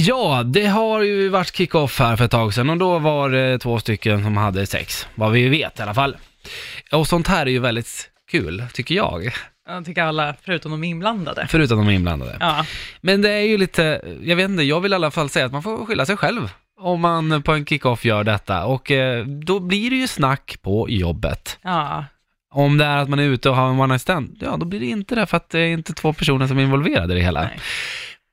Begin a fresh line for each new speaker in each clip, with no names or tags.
Ja, det har ju varit kick-off här för ett tag sedan och då var det två stycken som hade sex, vad vi vet i alla fall. Och sånt här är ju väldigt kul, tycker jag,
Jag tycker alla, förutom de inblandade.
förutom de inblandade.
Ja,
Men det är ju lite, jag vet inte, jag vill i alla fall säga att man får skylla sig själv om man på en kick-off gör detta och eh, då blir det ju snack på jobbet.
ja,
Om det är att man är ute och har en one night stand, ja då blir det inte det för att det är inte två personer som är involverade i det hela.
Nej.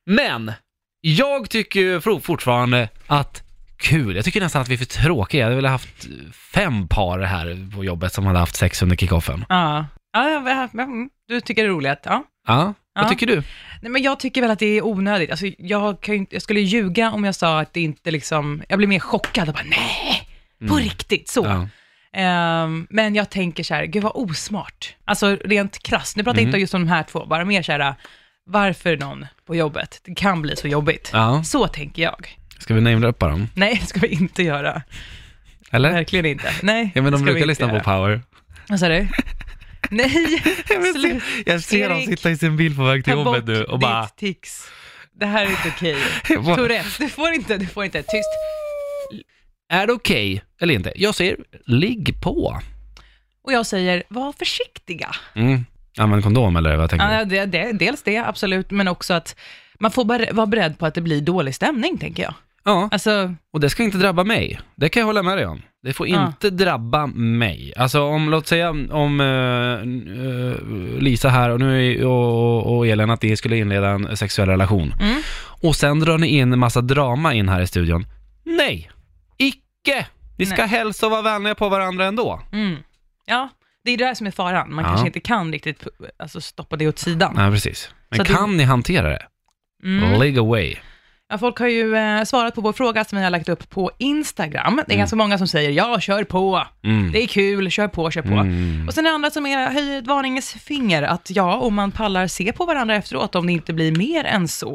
Men, jag tycker ju fro- fortfarande att kul, jag tycker nästan att vi är för tråkiga. Jag hade väl haft fem par här på jobbet som hade haft sex under kickoffen.
ja. ja jag- jag- mm, du tycker det är roligt, ja.
Ja, vad
Ja.
tycker du?
Nej, men jag tycker väl att det är onödigt. Alltså, jag, kan ju, inte- jag skulle ljuga om jag sa att det inte liksom, jag blir mer chockad och bara nej, på riktigt så.
Mm. Ja.
Ehm, men jag tänker så här, gud vad osmart. Alltså rent krasst, nu pratar jag inte
Mm.
just om de här två, bara mer så här, varför någon på jobbet? Det kan bli så jobbigt.
ja,
Så tänker jag.
ska vi namedroppa dem?
Nej, det ska vi inte göra.
Eller?
Verkligen inte. Nej,
Ja men
det
de
ska vi
brukar
inte
lyssna på
göra.
Power.
Vad sa du? Nej, slut.
Jag ser dem
Erik,
sitta i sin bil på väg till
Ta
jobbet
bort
nu och bara...
ditt tics. Det här är inte okej.
Vad-
Tourettes, du får inte, du får inte. Tyst.
Är det okej eller inte? Jag säger, ligg på.
Och jag säger, var försiktiga.
Mm. Använd kondom eller vad tänker du?
Ja, det, det, dels det, absolut, men också att man får bara vara beredd på att det blir dålig stämning, tänker jag.
Ja,
Alltså,
och det ska inte drabba mig. Det kan jag hålla med dig om. Det får
Ja.
inte drabba mig. Alltså om, låt säga om eh, eh, Lisa här och, nu, är- och, och Elin att ni skulle inleda en sexuell relation.
Mm.
Och sen drar ni in en massa drama in här i studion. Nej! Icke! Ni ska hälsa och vara vänliga på varandra ändå.
mm, ja, det är det där som är faran. Man
Ja.
kanske inte kan riktigt pu- alltså, stoppa det åt sidan.
Nej, precis. Men
Så att det-
kan ni hantera det?
Mm.
Ligg away.
Ja, folk har ju eh, svarat på vår fråga som vi har lagt upp på Instagram. Det är ganska många som säger, ja, kör på.
Mm.
Det är kul, kör på, kör på.
Mm.
Och sen det andra som är höj ett varningens finger, att ja, om man pallar se på varandra efteråt, om det inte blir mer än så.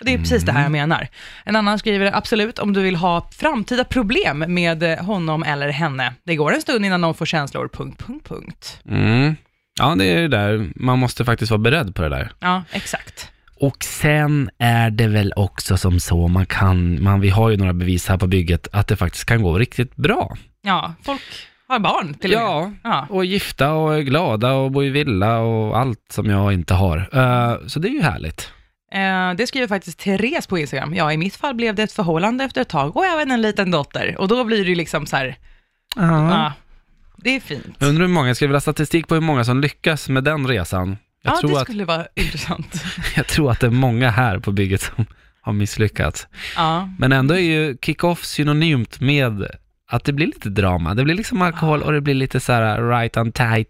Och det är precis det här jag
Mm.
menar. En annan skriver, absolut, om du vill ha framtida problem med eh, honom eller henne. Det går en stund innan de får känslor, punkt, punkt, punkt.
Mm. Ja, det är det där. Man måste faktiskt vara beredd på det där.
Ja, exakt.
Och sen är det väl också som så, man kan, man, vi har ju några bevis här på bygget, att det faktiskt kan gå riktigt bra.
Ja, folk har barn till och med.
Ja,
Ja.
och är gifta och är glada och bor i villa och allt som jag inte har. Eh, så det är ju härligt.
Eh, det skriver faktiskt Therese på Instagram. Ja, i mitt fall blev det ett förhållande efter ett tag och även en liten dotter. Och då blir det liksom så här, ja, det är fint.
Mm. Jag undrar hur många, jag skulle vilja ha statistik på hur många som lyckas med den resan. Jag,
ja,
tror
det
att,
skulle vara intressant.
jag tror att det är många här på bygget som har misslyckats.
Ja,
Men ändå är ju kick-off synonymt med att det blir lite drama. Det blir liksom alkohol och det blir lite så här right on tight